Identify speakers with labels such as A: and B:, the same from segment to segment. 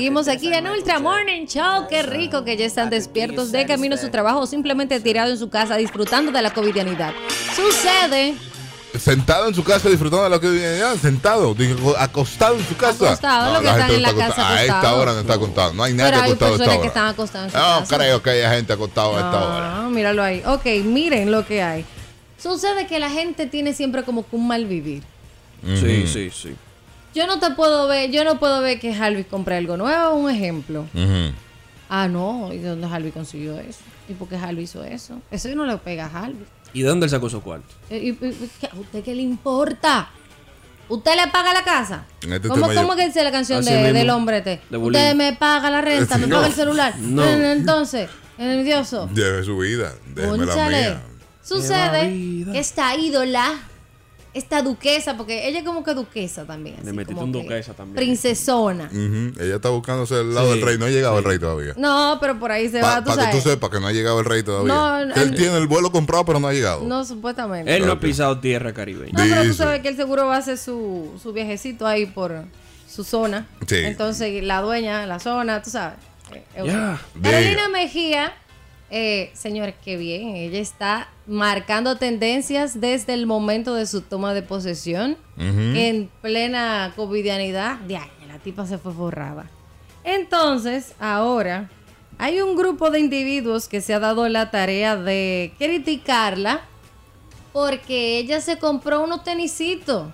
A: Este
B: Seguimos aquí en Ultra Morning Show. Qué rico que ya están despiertos de camino a su trabajo o simplemente tirados en su casa disfrutando de la covidianidad. Sucede
A: Sentado en su casa disfrutando de la cotidianidad, sentado, digo, acostado en su casa.
B: Acostado, lo que
A: la
B: están
A: gente
B: en
A: no
B: la
A: está
B: casa
A: acostada. A esta
B: acostado.
A: hora no está acostado. No hay nadie
B: Pero hay
A: acostado a Ah,
B: personas
A: esta
B: que
A: hora.
B: están acostadas en su
A: no
B: casa.
A: creo que haya gente acostada a esta hora.
B: Ah, míralo ahí. Ok, miren lo que hay. Sucede que la gente tiene siempre como que un mal vivir.
C: Sí, sí, sí.
B: Yo no te puedo ver, yo no puedo ver que Harvey compre algo nuevo, un ejemplo.
A: Ujú.
B: Ah, no, ¿y de dónde Harvey consiguió eso? ¿Y por qué Harvey hizo eso? Eso no le pega a Harvey.
C: ¿Y de dónde él sacó su cuarto?
B: Eh, y- y- y- ¿qué- ¿A usted qué le importa? ¿Usted le paga la casa?
A: En este
B: ¿Cómo,
A: tema yo-
B: ¿cómo que dice la canción
C: Así
B: de-
C: mismo.
B: del hombre? Este?
C: De Bulín.
B: usted me paga la renta, me
A: No.
B: paga el celular.
C: No.
B: Eh, Entonces, envidioso.
A: Lleve su vida, déjeme la
B: Cónchale.
A: mía.
B: Sucede
C: vida.
B: que esta ídola, esta duquesa, porque ella es como que duquesa también. así,
C: metiste
B: como
C: un
B: que
C: duquesa también.
B: Princesona.
A: Ujú. Ella está buscándose el lado
C: Sí,
A: del rey, no ha llegado el rey todavía.
B: No, pero por ahí se va,
A: Para
B: tú
A: que
B: sabes.
A: tú sepas que no ha llegado el rey todavía.
B: No, no,
A: Que él
B: no.
A: tiene el vuelo comprado, pero no ha llegado.
B: No, supuestamente.
C: Él no ha pisado tierra caribeña.
B: No, pero tú
A: Dice.
B: sabes que él seguro va a hacer su, su viajecito ahí por su zona.
A: Sí.
B: Entonces, la dueña, la zona, tú sabes. Eh, eh,
C: Ya.
B: Carolina
A: Diga.
B: Mejía, eh, señores, qué bien. Ella está marcando tendencias desde el momento de su toma de posesión. En plena covidianidad. De ahí, la tipa se fue borrada. Entonces, ahora, hay un grupo de individuos que se ha dado la tarea de criticarla. Porque ella se compró unos tenisitos.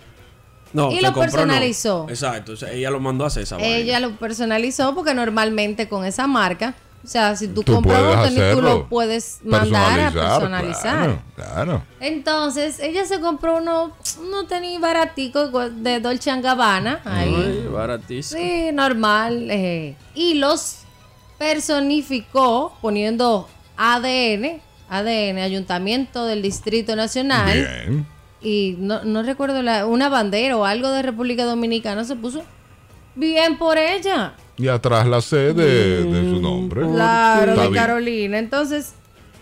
C: No,
B: Y
C: se
B: lo
C: compró, no.
B: personalizó.
C: Exacto, o sea, ella lo mandó a hacer esa vaina.
B: Ella lo personalizó porque normalmente con esa marca, o sea, si tú,
A: Tú
B: compras
A: puedes
B: un tenis, tú
A: hacerlo.
B: lo puedes mandar a personalizar.
A: Claro, claro.
B: Entonces, ella se compró unos unos tenis baraticos de Dolce and Gabbana.
A: Mm.
B: Ahí.
C: Ay, baratísimo.
B: Sí, normal. eh, y los personificó poniendo ADN, ADN, Ayuntamiento del Distrito Nacional.
A: Bien.
B: y no, no recuerdo la- una bandera o algo de República Dominicana se puso bien por ella.
A: Y atrás la C de, de su nombre.
B: Claro,
A: Está
B: de
A: bien.
B: Carolina. Entonces,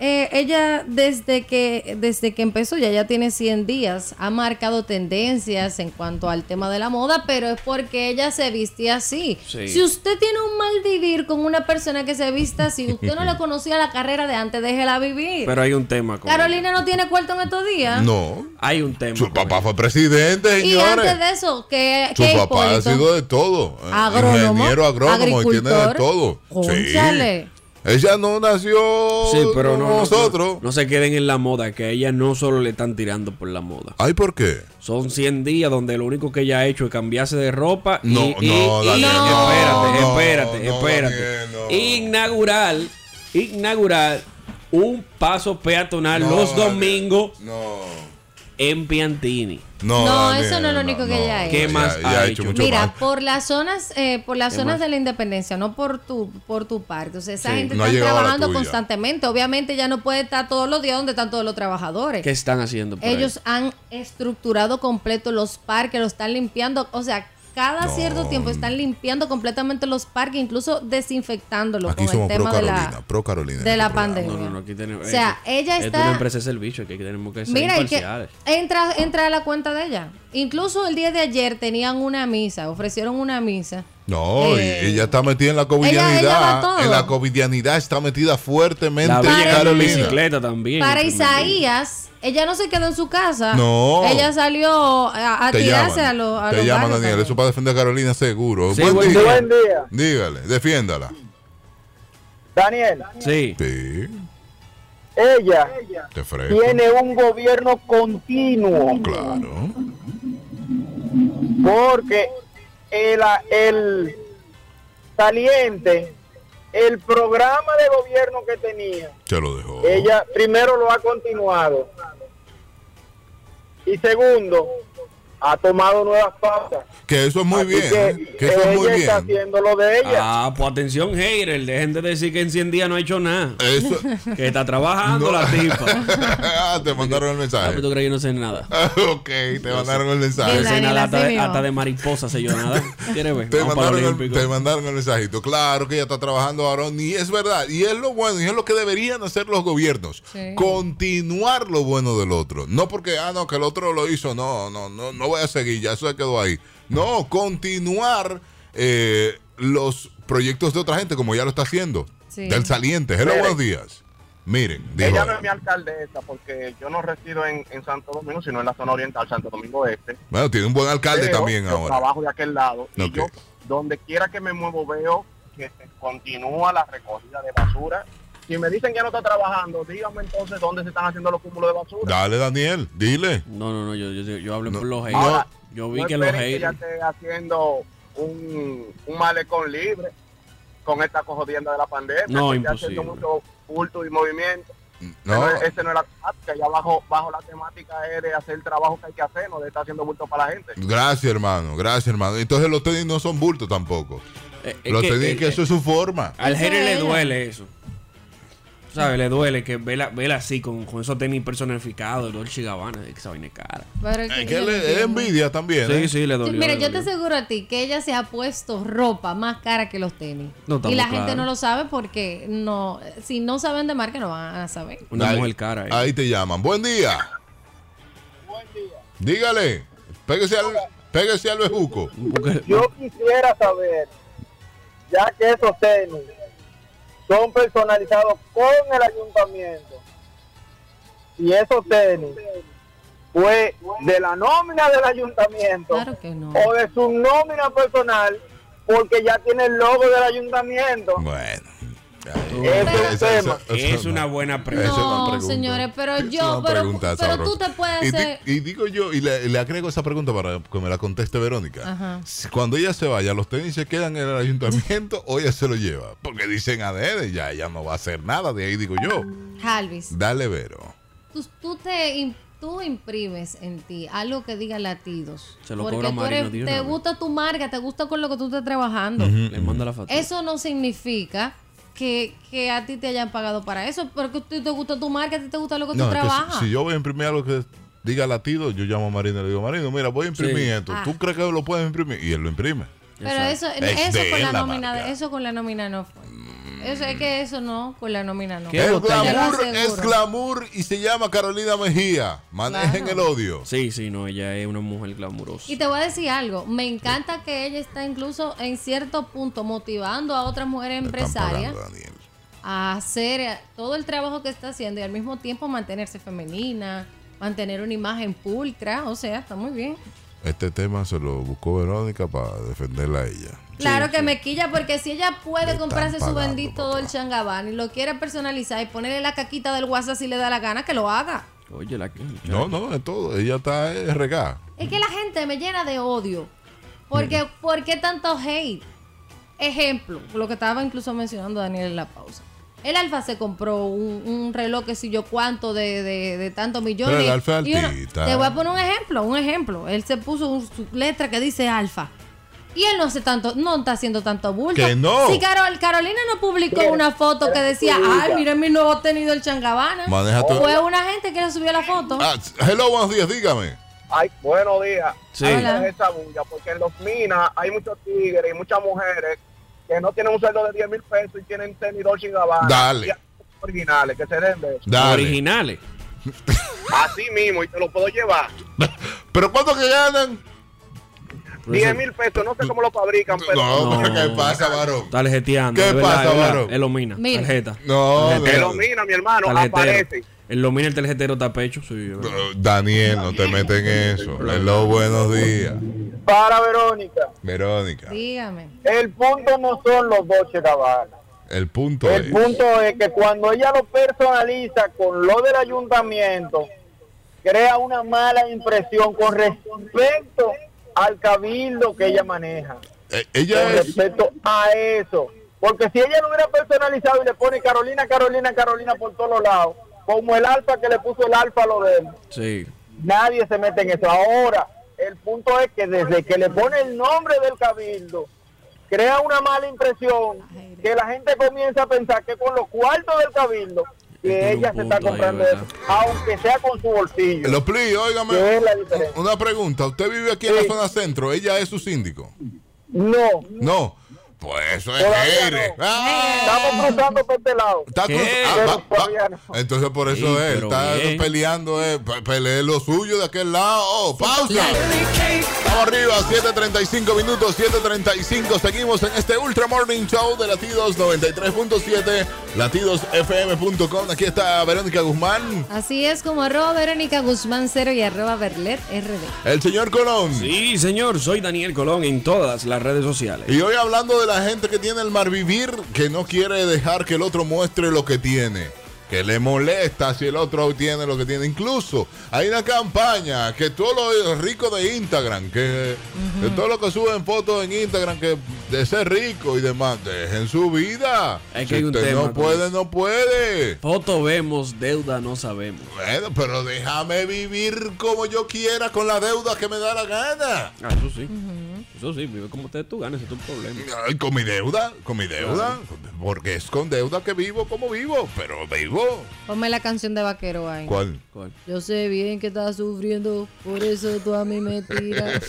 B: eh, ella desde que, desde que empezó, ya, ya tiene 100 días, ha marcado tendencias en cuanto al tema de la moda, pero es porque ella se viste así.
C: Sí.
B: Si usted tiene un mal vivir con una persona que se vista así, usted no la conocía la carrera de antes, déjela vivir.
C: Pero hay un tema con
B: Carolina no tiene cuarto en estos días.
A: No.
C: ella. Hay un tema.
A: Su
C: con
A: papá
C: ella.
A: fue presidente,
B: Y
A: señores.
B: antes de eso, que
A: Su papá ha sido de todo. Eh,
B: Agrónomo,
A: Ingeniero agrónomo y tiene de
B: agricultor.
A: todo.
B: Cónchale.
A: Ella no nació
C: Sí, pero no,
A: como
C: no, no,
A: nosotros.
C: no se queden en la moda, que a ella no solo le están tirando por la moda.
A: Ay, ¿por qué?
C: Son 100 días donde lo único que ella ha hecho es cambiarse de ropa y,
A: No,
C: y-
A: no,
C: y-
A: Daniel, no,
C: espérate,
A: no,
C: espérate,
A: no,
C: espérate.
A: Daniel, no.
C: Inaugurar, inaugurar un paso peatonal
A: No,
C: los
A: Daniel.
C: domingos
A: No.
C: en Piantini.
A: No,
B: No,
A: Daniel,
B: eso no es lo único que ella ha
C: ¿Qué
B: hecho.
C: más
A: ella
C: ha
A: ha
C: hecho?
A: hecho mucho
B: Mira,
A: más.
B: por las zonas, eh, por las
C: ¿Qué
B: zonas
C: más?
B: de la independencia, no por tu, por tu parte. O sea, esa
C: Sí,
B: gente
A: no ha
B: está
A: llegado a la
B: trabajando
A: tuya.
B: constantemente. Obviamente ya no puede estar todos los días donde están todos los trabajadores.
C: ¿Qué están haciendo? por ahí?
B: Eh, Ellos han estructurado completo los parques, lo están limpiando, o sea, cada
A: No.
B: cierto tiempo están limpiando completamente los parques, incluso desinfectándolos con
A: Aquí
B: el
A: somos pro
B: tema de
A: Carolina,
B: la,
A: pro Carolina. en
B: de
A: este
B: la
A: programa.
B: pandemia.
C: No, no, no, aquí tenemos.
B: O sea,
C: esto-
B: ella
C: esto
B: está-
C: no empresa de servicio, que aquí tenemos que ser
B: Mira, y que
C: imparciales.
B: entra, entra a la cuenta de ella. Incluso el día de ayer tenían una misa, ofrecieron una misa.
A: No, y
B: Eh,
A: ella está metida en la
B: ella-
A: covidianidad.
B: ella va a todo.
A: en la covidianidad está metida fuertemente
C: La vi llegando en
A: Carolina.
C: bicicleta también.
B: Para
C: el primer día.
B: Isaías, ella no se quedó en su casa.
A: No.
B: Ella salió a, a
A: Te
B: tirarse
A: llaman,
B: a los a
A: te
B: los
A: llaman
B: barrios
A: Daniel,
B: también.
A: eso para defender a Carolina seguro.
C: Sí,
A: Buen
C: buen
A: día.
C: día.
D: Buen día.
A: Dígale, defiéndala.
D: Daniel,
C: Sí.
A: Sí,
D: ella
A: te fresco.
D: tiene un gobierno continuo
A: Claro.
D: porque el, el saliente, el programa de gobierno que tenía,
A: Se lo dejó.
D: ella primero lo ha continuado y segundo, ha tomado nuevas pautas.
A: Que eso es muy
D: Así
A: bien.
D: que,
A: ¿eh? Que eso es muy
D: ella está
A: bien.
D: haciendo lo de ella.
C: Ah, pues atención, hater. Dejen de decir que en 100 días no ha hecho nada.
A: Eso.
C: Que está trabajando
A: No.
C: la tipa.
A: Ah, te mandaron el
C: Ah, pero
A: mensaje.
C: tú crees que yo no sé nada.
A: ok, te mandaron
B: Daniel,
A: el
C: No
A: mensaje.
C: sé nada,
B: así
C: hasta de,
B: mismo.
C: hasta de mariposa sé yo nada. ¿Quieres ver?
A: Te
C: Vamos para los
A: mandaron, el,
C: Olímpicos.
A: te mandaron el mensajito. Claro que ella está trabajando ahora. Y es verdad. Y es lo bueno. Y es lo que deberían hacer los gobiernos.
B: Sí.
A: Continuar lo bueno del otro. No porque, ah, no, que el otro lo hizo. No, no, no, no voy a seguir. Ya eso se quedó ahí. No, continuar eh, los proyectos de otra gente, como ya lo está haciendo.
B: Sí.
A: Del saliente. Hello,
D: Miren.
A: buenos días. Miren, dijo
D: Ella
A: él.
D: no es mi alcaldesa porque yo no resido en, en Santo Domingo, sino en la zona oriental, Santo Domingo Este.
A: Bueno, tiene un buen alcalde
D: Pero
A: también
D: yo
A: ahora.
D: trabajo de aquel lado. y
A: Ok.
D: yo, donde quiera que me muevo, veo que se continúa la recogida de basura. Si me dicen que ya no está trabajando, díganme entonces dónde se están haciendo los cúmulos de basura.
A: Dale, Daniel, dile.
C: No, no, no, yo, yo, yo hablé
A: No.
C: por los haters.
D: Ahora,
C: yo vi
D: no
C: que los
D: esperen que ya
C: haters.
D: esté haciendo un, un malecón libre con esta cojodienda de la pandemia.
C: No,
D: que está haciendo
C: imposible.
D: mucho culto y movimiento.
A: No,
D: Pero ese no es la temática. Ya bajo, bajo la temática es de hacer el trabajo que hay que hacer, no de estar haciendo bulto para la gente.
A: gracias, hermano. Gracias, hermano. Entonces los tenis no son bultos tampoco.
C: Eh, es
A: Los
C: que-
A: tenis,
C: eh,
A: que eso es su forma.
C: Al
B: Eso
C: hater
B: es
C: le
B: ella.
C: duele eso. Tú ¿Sabes? Le duele que vela, vela así con, con esos tenis personificados, Dolce y Gabbana, esa vaina es cara.
B: Pero es que yo
A: Es Eh, que
B: no
A: le- es
B: entiendo.
A: envidia también. ¿eh?
C: Eh, Sí, sí, le
B: Yo-
C: dolió.
B: Mira,
C: le
B: yo te
C: dolió.
B: aseguro a ti que ella se ha puesto ropa más cara que los tenis.
C: No,
B: y la
C: estamos
B: gente
C: claros.
B: no lo sabe porque no, si no saben de marca no van a saber.
C: Una
A: Dale.
C: mujer cara. eh.
A: Ahí te llaman. Buen día.
D: Buen día.
A: Dígale. Pégase al, pégase al bejuco.
C: Porque-
D: Yo quisiera saber, ya que esos tenis son personalizados con el ayuntamiento, y esos tenis fue de la nómina del ayuntamiento
B: Claro que no.
D: o de su nómina personal, porque ya tiene el logo del ayuntamiento.
A: Bueno.
D: Ese es un tema.
C: es una buena
A: Eso es
C: pregunta.
A: una
B: No,
A: pregunta.
B: señores, pero
A: Eso es
B: yo,
A: una
B: pero,
A: pregunta
B: pero tú
A: sabrosa.
B: te puedes
A: Y di-
B: hacer...
A: Y, digo yo, y le, le agrego esa pregunta para que me la conteste Verónica.
B: Ajá.
A: Si- Cuando ella se vaya, ¿los tenis se quedan en el ayuntamiento o ella se los lleva? Porque dicen ADN, ya ella no va a hacer nada, de ahí digo yo.
B: Jalvis,
A: Dale, Vero.
B: tú, tú te im- tú imprimes en ti algo que diga latidos.
C: Se lo
B: porque
C: cobra
B: tú
C: Marino
B: eres-
C: de una
B: te
C: vez.
B: gusta tu marca, te gusta con lo que tú estás trabajando.
C: Le mando la foto.
B: Eso no significa que, que a ti te hayan pagado para eso, porque a ti te gusta tu marca, a ti te gusta lo que
A: No,
B: tú
A: es que si-
B: trabajas.
A: si, yo voy a imprimir algo que diga latido, yo llamo a Marino y le digo, Marino, mira, voy a imprimir
C: Sí.
A: esto.
B: Ah.
A: ¿Tú crees que lo puedes imprimir? Y él lo imprime.
B: Pero
C: Exacto.
B: eso,
A: Es
B: eso
A: de
B: con la,
A: la
B: nómina,
A: marca.
B: eso con la nómina no fue. Eso es que eso no, con la nómina no.
C: ¿Qué?
A: Es
C: botella?
A: glamour,
B: Te lo
A: es
B: aseguro.
A: glamour y se llama Carolina Mejía. Manejen el
B: Claro.
A: odio.
C: Sí, sí, no, ella es una mujer glamurosa.
B: Y te voy a decir algo, me encanta que ella está incluso en cierto punto motivando a otras mujeres
A: Me están
B: empresarias
A: pagando, Daniel.
B: a hacer eh, todo el trabajo que está haciendo y al mismo tiempo mantenerse femenina, mantener una imagen pulcra, o sea, está muy bien.
A: Este tema se lo buscó Verónica para defenderla a ella.
B: Claro que me quilla, porque si ella
A: Le
B: puede
A: están
B: comprarse su
A: pagando,
B: bendito
A: papá.
B: Dolce Gabbana y lo quiere personalizar y ponerle la caquita del WhatsApp si le da la gana, que lo haga.
C: Oye, la que.
A: No, no, es todo. Ella está eh, regada.
B: Es que la gente me llena de odio. Porque, ¿Por qué tanto hate? Ejemplo, lo que estaba incluso mencionando Daniel en la pausa. El Alfa se compró un, un reloj que sé yo cuánto de, de, de tantos millones.
A: Pero el Alfa es
B: y uno-
A: altita.
B: Te voy a poner un ejemplo, un ejemplo. Él se puso un- su letra que dice Alfa. Y él no hace tanto, no está haciendo tanto bulto.
A: Que no.
B: Si Carol, Carolina no publicó
D: Pero-
B: una foto que
D: pero
B: decía,
D: publica.
B: ay, mira mi nuevo tenido el Changabana.
A: Maneja todo.
B: Fue una gente que le subió la foto.
A: Ah, hello, buenos días, dígame.
D: Ay, buenos días.
C: Sí.
B: Hola.
D: Dejen esa bulla, porque en los minas hay muchos tigres y muchas mujeres que no tienen un sueldo de 10 mil pesos y tienen tenis Dolce y Gabbana.
A: Dale.
D: Y hay originales, que se den de eso.
A: Dale.
C: Originales.
D: Así mismo, y te lo puedo llevar.
A: ¿Pero cuánto que ganan?
D: 10 mil pesos, no sé cómo lo fabrican, pero...
A: No, pero
C: No.
A: ¿qué pasa, varón?
C: Está tarjeteando.
A: ¿Qué
C: es verdad,
A: pasa,
C: es verdad.
A: varón?
C: Es Lomina.
B: Mira.
C: Tarjeta.
A: No,
D: Que
A: no.
D: lo mina, mi hermano,
C: Tarjetero.
D: aparece.
C: El Lomina, el tarjetero está pecho. Sí, es verdad.
A: No, Daniel, no te metes en eso. Hello, buenos días.
D: Para Verónica,
A: Verónica,
B: Dígame.
D: el punto no son los Dolce Gabbana.
A: el punto
D: El
A: es.
D: punto es que cuando ella lo personaliza con lo del ayuntamiento, crea una mala impresión con respecto al cabildo que ella maneja,
A: Eh,
D: con
A: Ella es.
D: respecto a eso. Porque si ella lo hubiera personalizado y le pone Carolina, Carolina, Carolina por todos los lados, como el alfa que le puso el alfa a lo de él,
C: Sí.
D: nadie se mete en eso. Ahora, el punto es que desde que le pone el nombre del cabildo, crea una mala impresión que la gente comienza a pensar que con los cuartos del cabildo,
C: Tiene
D: que
C: Este un
D: ella se
C: punto
D: está
C: ahí,
D: comprando
C: ¿verdad?
D: eso, aunque sea con su bolsillo,
A: Lo pli, óigame.
D: que es la diferencia.
A: Una pregunta. ¿Usted vive aquí en la zona centro? ¿Ella es su síndico?
D: No,
A: No. Pues eso es
D: Todavía
A: Jerez.
D: no.
A: Ah,
D: Estamos cruzando por este lado.
A: está
C: ¿Qué?
A: cruz- ah,
D: Pero
A: va- va-
D: todavía no.
A: Entonces por eso
C: Sí,
A: es,
C: pero
A: está
C: bien.
A: peleando, eh, pe- peleé lo suyo de aquel lado. Oh, pausa. Estamos arriba, 7.35 minutos, 7.35. Seguimos en este Ultra Morning Show de Latidos 93.7, latidosfm.com. Aquí está Verónica Guzmán,
B: Así es como arroba Verónica Guzmán Cero y arroba Berlet RD.
A: el señor Colón.
C: Sí, señor, soy Daniel Colón en todas las redes sociales.
A: Y hoy hablando de la gente que tiene el marvivir, que no quiere dejar que el otro muestre lo que tiene, que le molesta si el otro tiene lo que tiene. Incluso hay una campaña que todos los ricos de Instagram, que, que todos los que suben fotos en Instagram, que de ser rico y demás, dejen su vida.
C: Es que
A: si
C: hay un
A: usted
C: tema
A: no
C: con
A: puede, no puede.
C: Foto vemos, deuda no sabemos.
A: Bueno, pero déjame vivir como yo quiera con la deuda que me da la gana.
C: Ah, eso sí. Eso sí, vive como te tú ganas, es tu problema.
A: Ay, con mi deuda, con mi deuda, porque es con deuda que vivo como vivo, pero vivo.
B: Ponme la canción de Vaquero ahí.
A: ¿Cuál?
C: ¿Cuál?
B: Yo sé bien que estás sufriendo, por eso tú a mí me tiras.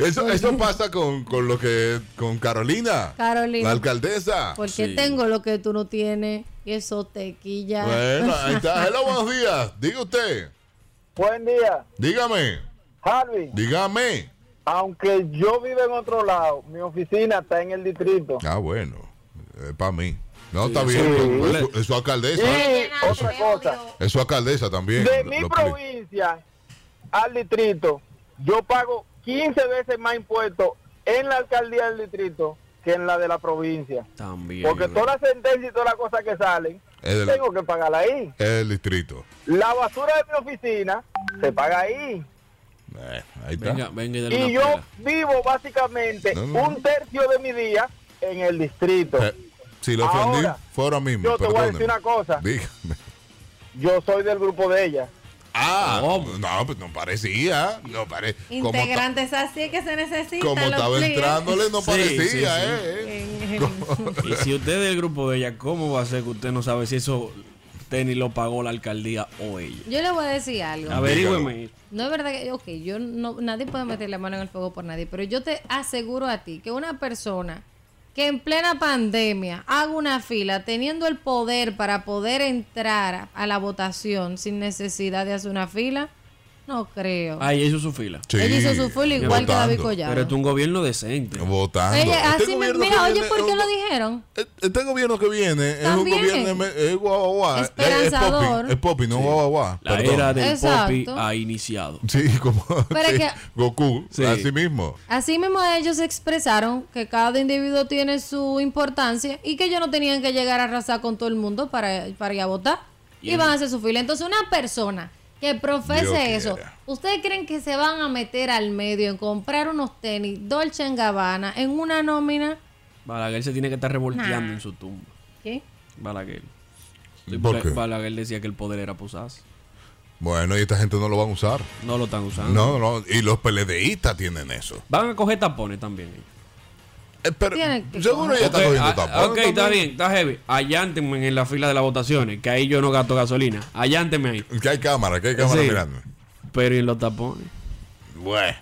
A: Eso, eso pasa con, con lo que con Carolina,
B: Carolina. Pues
A: la alcaldesa.
B: Porque
C: Sí.
B: tengo lo que tú no tienes, y eso te quilla.
A: Bueno, ahí está. Hello, buenos días. Diga usted.
D: Buen día,
A: Dígame.
D: Harvey.
A: Dígame.
D: Aunque yo vivo en otro lado, mi oficina está en el distrito.
A: Ah, bueno. Es para mí. No,
C: Sí,
A: está
C: eso
A: bien.
C: es
A: pero
C: muy
A: Es, su- es su alcaldesa.
D: Y otra cosa,
A: Es su alcaldesa también.
D: de
A: Ah. Lo-
D: mi
A: lo-
D: provincia al distrito, yo pago 15 veces más impuestos en la alcaldía del distrito que en la de la provincia.
C: También.
D: Porque
C: bro.
D: todas las sentencias y todas las cosas que salen,
A: Es de la-
D: tengo que pagarla ahí.
A: es el distrito.
D: La basura de mi oficina se paga ahí.
A: Eh, ahí está.
C: Venga, venga y dale
D: Y
C: una
D: yo
C: pela.
D: vivo básicamente
A: No, no, no.
D: un tercio de mi día en el distrito.
A: Eh, si lo ofendí,
D: Ahora,
A: fue ahora mismo.
D: yo te voy a decir
A: perdóneme.
D: una cosa.
A: Dígame.
D: Yo soy del grupo de ella.
A: Ah,
C: ¿Cómo?
A: no, pues no parecía. No pare... como ta-
B: Integrantes así que se necesitan.
A: Como
B: los
A: estaba
B: clientes.
A: entrándole, no
C: Sí,
A: parecía,
C: sí, sí.
A: eh, eh.
B: En- en-
C: Y si usted es del grupo de ella, ¿cómo va a ser que usted no sabe si eso tenis lo pagó la alcaldía o ella?
B: Yo le voy a decir algo.
C: Averígüeme.
B: No es verdad que, ok, yo no, nadie puede meter la mano en el fuego por nadie, pero yo te aseguro a ti que una persona que en plena pandemia haga una fila teniendo el poder para poder entrar a, a la votación sin necesidad de hacer una fila, no creo.
C: Ah, ella hizo su fila.
A: Sí,
B: Ella hizo su fila igual que David
A: votando,
B: Collado.
C: Pero es un gobierno decente.
A: Votando.
B: Ella,
A: Este
B: así me-
A: gobierno
B: mira,
A: que
B: oye,
A: viene
B: ¿por
A: es
B: qué
A: un-
B: lo dijeron?
A: Este gobierno que viene es un
B: También.
A: gobierno em- es guau, guau, guau. Es- es
B: Esperanzador.
A: popi, es popi, no guau, guau, guau.
C: La
A: Perdón.
C: era del
B: Exacto.
C: popi ha iniciado.
A: Sí, como
B: Pero es
A: sí,
B: que-
A: Goku,
C: Sí.
A: así mismo.
B: Así mismo ellos expresaron que cada individuo tiene su importancia y que ellos no tenían que llegar a arrasar con todo el mundo para, para ir a votar y van a hacer su fila. Entonces una persona que
A: Dios
B: profese eso,
A: quiera.
B: ¿ustedes creen que se van a meter al medio en comprar unos tenis Dolce en Gabbana en una nómina?
C: Balaguer se tiene que estar revolteando en su tumba.
B: ¿Qué?
C: Balaguer. Sí,
A: ¿Por
C: porque
A: qué?
C: Balaguer decía que el poder era posaz.
A: Bueno, y esta gente no lo van a usar.
C: No lo están usando.
A: No, no, y los PLDistas tienen eso.
C: Van a coger tapones también.
A: Eh, pero
B: Tienen que
A: seguro ya está
C: Ok,
A: cogiendo
C: ah,
A: tapones
C: ok, está
A: también.
C: bien, está heavy. Allántenme en la fila de las votaciones, que ahí yo no gasto gasolina. Allántenme ahí.
A: Que hay cámara, que hay cámara
C: Sí.
A: mirando.
C: Pero ¿y en los tapones.
A: Bueno.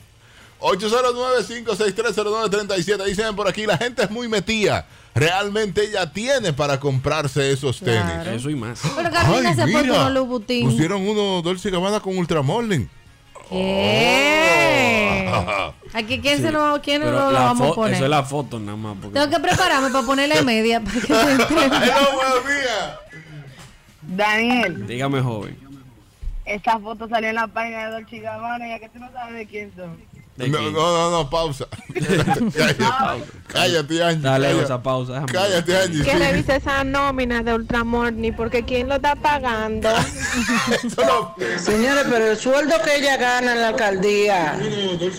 A: 809-56309-37. Dicen por aquí, la gente es muy metida. Realmente ella tiene para comprarse esos
B: Claro.
A: tenis.
C: Eso y más.
B: Pero Carolina
A: Ay,
B: se
A: mira,
B: puso unos Louboutin.
A: Pusieron uno Dolce y Gabbana con Ultramorning.
B: ¿Qué?
A: Oh.
B: Aquí quién se lo, quién
C: Pero
B: lo, lo
C: la
B: vamos
C: fo-
B: a poner.
C: Eso es la foto nada más. porque-
B: Tengo que prepararme para ponerle media para que se entienda.
A: Ay, no, buenos días.
E: Daniel,
C: Dígame, joven.
E: esa foto salió en la página de Dolce y Gabbana, ya que tú no sabes de quién son.
C: ¿De
A: No, no,
C: quién?
A: no, no, pausa. cállate, cállate, Angie.
C: Dale
A: cállate.
C: esa pausa. déjame ver.
A: Cállate, Angie.
F: que
A: sí.
F: revise esa nómina de Ultramorning porque quién lo está pagando.
A: Eso no-
G: Señores, pero el sueldo que ella gana en la alcaldía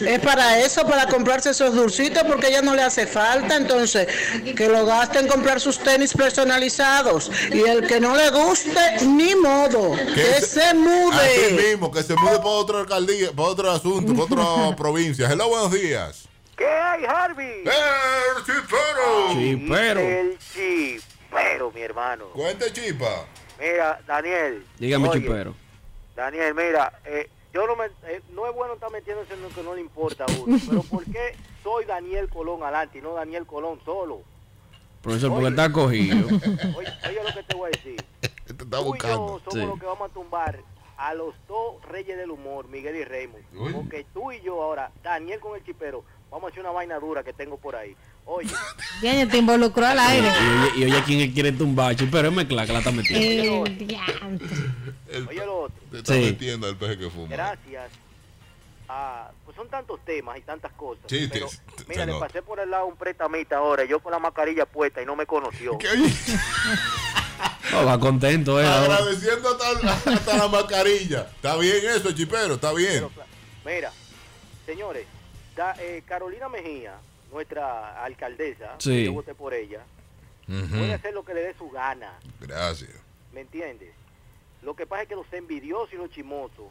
G: es para eso, para comprarse esos dulcitos, porque ella no le hace falta. Entonces, que lo gaste en comprar sus tenis personalizados. Y el que no le guste, ni modo, que se
A: Así
G: mude.
A: mismo, que se mude para otra alcaldía, para otro asunto, para otra provincia. Hello, buenos días. Eh,
H: ¿Qué hay, Harvey?
A: ¡El Chipero!
C: Sí, pero.
H: El chipero, mi hermano.
A: Cuente, Chipa.
H: Mira, Daniel.
C: Dígame,
H: oye,
C: chipero.
H: Daniel, mira, eh, yo no me, eh, no es bueno estar metiéndose en lo que no le importa a uno, pero ¿por qué soy Daniel Colón adelante y no Daniel Colón solo?
C: Profesor, porque está cogido.
H: Oye, oye lo que te voy a decir.
A: Te Este
H: Tú
A: está
H: y yo
A: buscando.
H: somos
C: Sí.
H: los que vamos a tumbar a los dos reyes del humor, Miguel y Raymond.
A: Uy.
H: Porque tú y yo ahora, Daniel con el chipero, vamos a hacer una vaina dura que tengo por ahí. Oye,
B: Diaño, te involucró al
C: Y
B: aire.
C: oye, y oye, ¿quién quiere tumbar? Pero es mezcla que la está metiendo.
B: El diantre.
A: Él
H: oye lo otro.
A: te está
C: Sí.
A: metiendo al peje que fuma.
H: Gracias. a- pues son tantos temas y tantas cosas.
A: Sí,
H: pero,
A: sí, sí,
H: mira,
A: se
H: le
A: nota.
H: pasé por el lado a un prestamita ahora, yo con la mascarilla puesta y no me conoció.
A: Que, oye,
C: No, va contento, eh. ahora.
A: agradeciendo hasta, hasta la mascarilla. Está bien eso, chipero, está bien.
H: Pero, claro, Mira, señores, da- eh, Carolina Mejía, nuestra alcaldesa,
C: Sí.
H: que yo voté por ella, puede
A: Ujú.
H: hacer lo que le dé su gana,
A: Gracias.
H: ¿me entiendes? Lo que pasa es que los envidiosos y los chimosos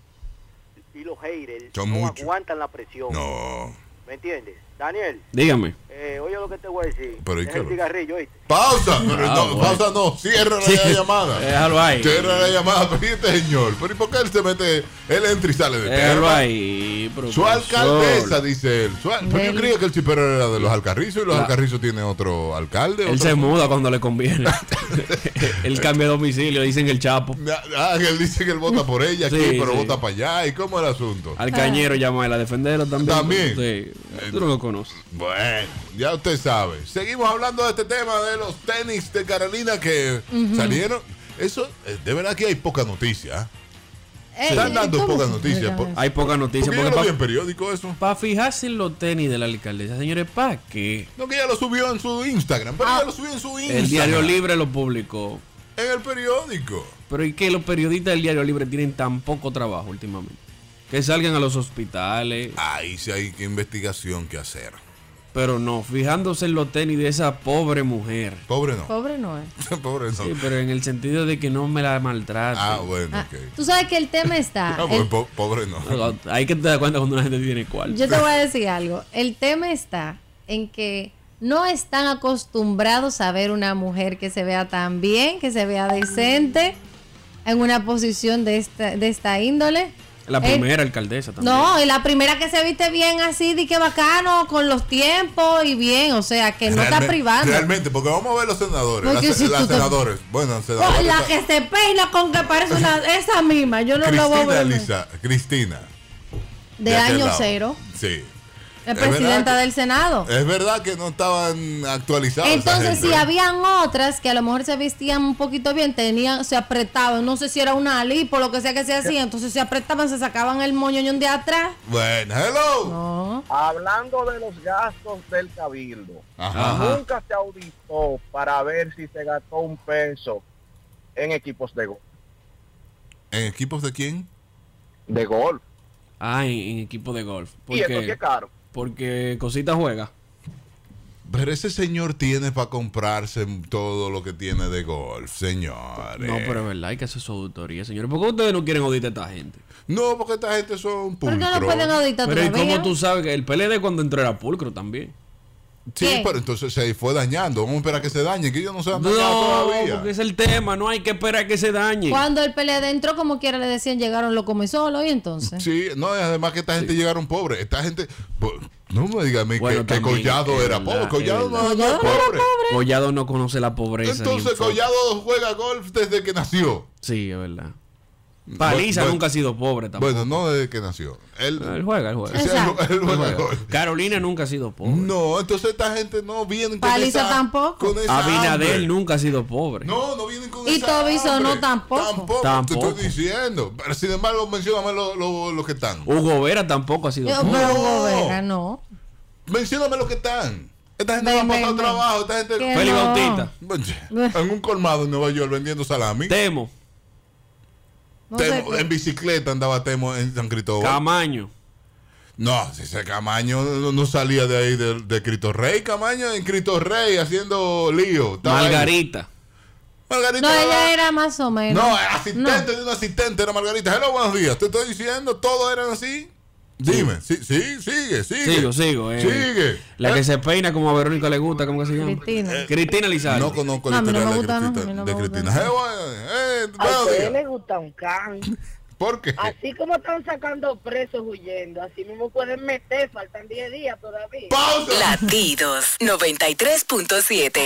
H: y los haters
A: Son
H: no
A: muchos.
H: aguantan la presión,
A: No.
H: ¿me entiendes? Daniel,
C: Dígame.
H: eh, oye lo que te voy a decir.
A: Pero, ¿y
H: Deja
A: qué
H: el
A: lo-
H: cigarrillo, ¿oíste?
A: Pausa, pero
C: Ah,
A: no,
C: bueno. Eh,
A: pausa no, cierra la llamada.
C: Déjalo ahí.
A: Cierra la llamada, pero ¿y este señor. Pero ¿y por qué él se mete? Él entra y sale de
C: Déjalo
A: tema?
C: ahí, profesor.
A: Su alcaldesa, dice él. Su al- pero yo
B: Del-
A: creía que el chipero era de los alcarrizos y los
C: La-
A: alcarrizos tiene otro alcalde.
C: Él
A: otro-
C: se muda cuando le conviene. Él cambia de domicilio, dicen el chapo.
A: Ah, que él dice que él vota por ella aquí,
C: Sí,
A: pero
C: sí. Ah.
A: vota para allá. ¿Y cómo es el asunto?
C: Al cañero llama él a defenderlo también.
A: También.
C: Sí. Tú no lo conoces.
A: Bueno, ya usted sabe. Seguimos hablando de este tema de los tenis de Carolina que salieron. Eso, eh, de verdad que hay poca noticia. ¿ah?
B: Eh,
A: Están dando
B: ¿cómo
A: pocas
B: se-
A: noticias, por-
C: Hay
A: Porque
C: pocas noticias.
A: yo
C: Ah, Porque
A: lo vi en
C: para
A: periódico eso.
C: fijarse en los tenis de la alcaldesa, señores, ¿para qué?
A: No, que ella lo subió en su Instagram, pero
B: Ah.
A: ella lo subió en su Instagram.
C: El Diario Libre lo publicó.
A: En el periódico.
C: Pero ¿y que los periodistas del Diario Libre tienen tan poco trabajo últimamente? Que salgan a los hospitales,
A: Ahí sí hay que investigación que hacer.
C: pero no, fijándose en los tenis de esa pobre mujer.
A: Pobre no.
B: Pobre no es.
A: Pobre no.
C: Sí, pero en el sentido de que no me la maltrate.
A: ah, bueno,
B: Ah, eh,
A: ok.
B: Tú sabes que el tema está.
A: Ah,
B: el-
A: bueno, po- pobre no.
C: Hay que te dar cuenta cuando una gente tiene cuarto.
B: yo te voy a decir algo. El tema está en que no están acostumbrados a ver una mujer que se vea tan bien, que se vea decente, en una posición de esta, de esta índole.
C: La
B: El-
C: primera alcaldesa también.
B: Eh, No, y la primera que se viste bien así, di que bacano, con los tiempos y bien, o sea, que no está
A: Realme-
B: privando.
A: Realmente, porque vamos a ver los senadores.
B: Porque
A: las
B: si
A: las
B: tú te-
A: senadoras. Bueno,
B: Con
A: senadoras.
B: la que se peina con que parece una, esa misma, yo no lo voy a
A: Cristina,
B: ver.
A: Lisa. Cristina.
B: De
A: aquel
B: año
A: lado.
B: cero,
A: Sí.
B: la
A: Es verdad
B: presidenta
A: que-
B: del Senado.
A: Es verdad que no estaban actualizados.
B: Entonces, si habían otras que a lo mejor se vestían un poquito bien, tenían, se apretaban, no sé si era una lipo, lo que sea que se hacía, entonces se apretaban, se sacaban el moñoñón de atrás.
A: Bueno, hello.
B: No.
D: Hablando de los gastos del cabildo,
A: Ajá.
C: Ajá.
D: nunca se auditó para ver si se gastó un peso en equipos de, go-
A: ¿En equipos de quién?
D: de golf.
C: Ah, en, en equipo de golf.
D: Y eso sí
C: Porque,
D: es caro.
C: porque Cosita juega.
A: Pero ese señor tiene para comprarse todo lo que tiene de golf, señores.
C: No, pero es verdad, hay que hacer su auditoría, señores. ¿Por qué ustedes no quieren auditar a esta gente?
A: No, porque esta gente son
B: ¿Por qué
A: pulcros.
B: no pueden auditar
C: Pero ¿y
B: todavía?
C: cómo tú sabes que el PLD cuando entró era pulcro también?
A: Sí,
B: ¿Qué?
A: pero entonces se fue dañando. Vamos a esperar a que se dañe, que ellos no se han
C: No,
A: dañado todavía.
C: porque es el tema, no hay que esperar que se dañe.
B: Cuando el PLD entró, como quiera le decían, llegaron los come solo y entonces.
A: Sí, no, y además que esta gente llegaron pobre. Esta gente. po- No me digas a mí que-
C: Bueno,
A: que,
C: también,
A: Collado
C: es
A: era
C: verdad,
A: pobre.
C: es
A: Collado no,
C: verdad.
A: no es pobre.
C: Collado no conoce la pobreza. ni
A: Entonces
C: un poco.
A: Collado juega golf desde que nació.
C: Sí, es verdad. Paliza
A: Bueno,
C: nunca ha sido pobre tampoco.
A: Bueno, no desde que nació. Él,
C: él juega, él juega.
A: o sea, él- él
C: Él
A: juega
C: juega.
A: golf.
C: Carolina nunca ha sido pobre.
A: No, entonces esta gente no viene con
B: Paliza
A: esa,
B: tampoco.
A: Con esa hambre.
C: Abinadel nunca ha sido pobre.
A: No, no vienen con
B: Y
A: esa
B: Tobison
A: hambre.
B: no tampoco.
A: Tampoco,
C: Tampoco.
A: te estoy diciendo. Pero sin embargo, mencióname los lo, lo que están.
C: Hugo Vera tampoco ha sido
B: Yo,
C: pobre.
B: Eh, pero
A: No.
B: Gobera, no.
A: Mencióname los que están. Esta gente
B: Ven,
A: no ha
B: ven,
A: pasado
B: ven.
A: trabajo. Esta
B: Que
A: gente...
C: Félix
B: no.
C: Bautista.
A: En un colmado en Nueva York vendiendo salami.
C: Temo,
B: No sé
A: Temo-
B: qué.
A: en bicicleta andaba Temo en San Cristóbal.
C: Camaño.
A: no, si ese Camaño no, no salía de ahí de, de Cristo Rey. Camaño en Cristo Rey haciendo lío. Estaba ahí.
C: Margarita.
A: Margarita.
B: No, ella
A: Navarro.
B: era más o menos.
A: No, asistente de un asistente era Margarita. Hello, buenos días. Te estoy diciendo, todos eran así. Dime, sí, sí, sigue, sigue.
C: Sigo, sigo. eh.
A: Sigue.
C: La que
A: Eh,
C: se peina como a Verónica le gusta, ¿cómo que se llama?
B: Cristina. Eh,
C: Cristina Lizardo.
A: No conozco
B: No,
A: la
B: a mí no me
A: historia de
B: gusta, no,
A: Cristina.
B: a mí no
A: de
B: me gusta.
A: Cristina. Eh, bueno, eh,
E: A
A: buenos
E: ustedes
A: días.
E: les gusta un can.
A: ¿Por qué?
E: Así como están sacando presos huyendo, así mismo pueden meter, faltan 10 días todavía.
A: Pausa.
I: Latidos 93.7.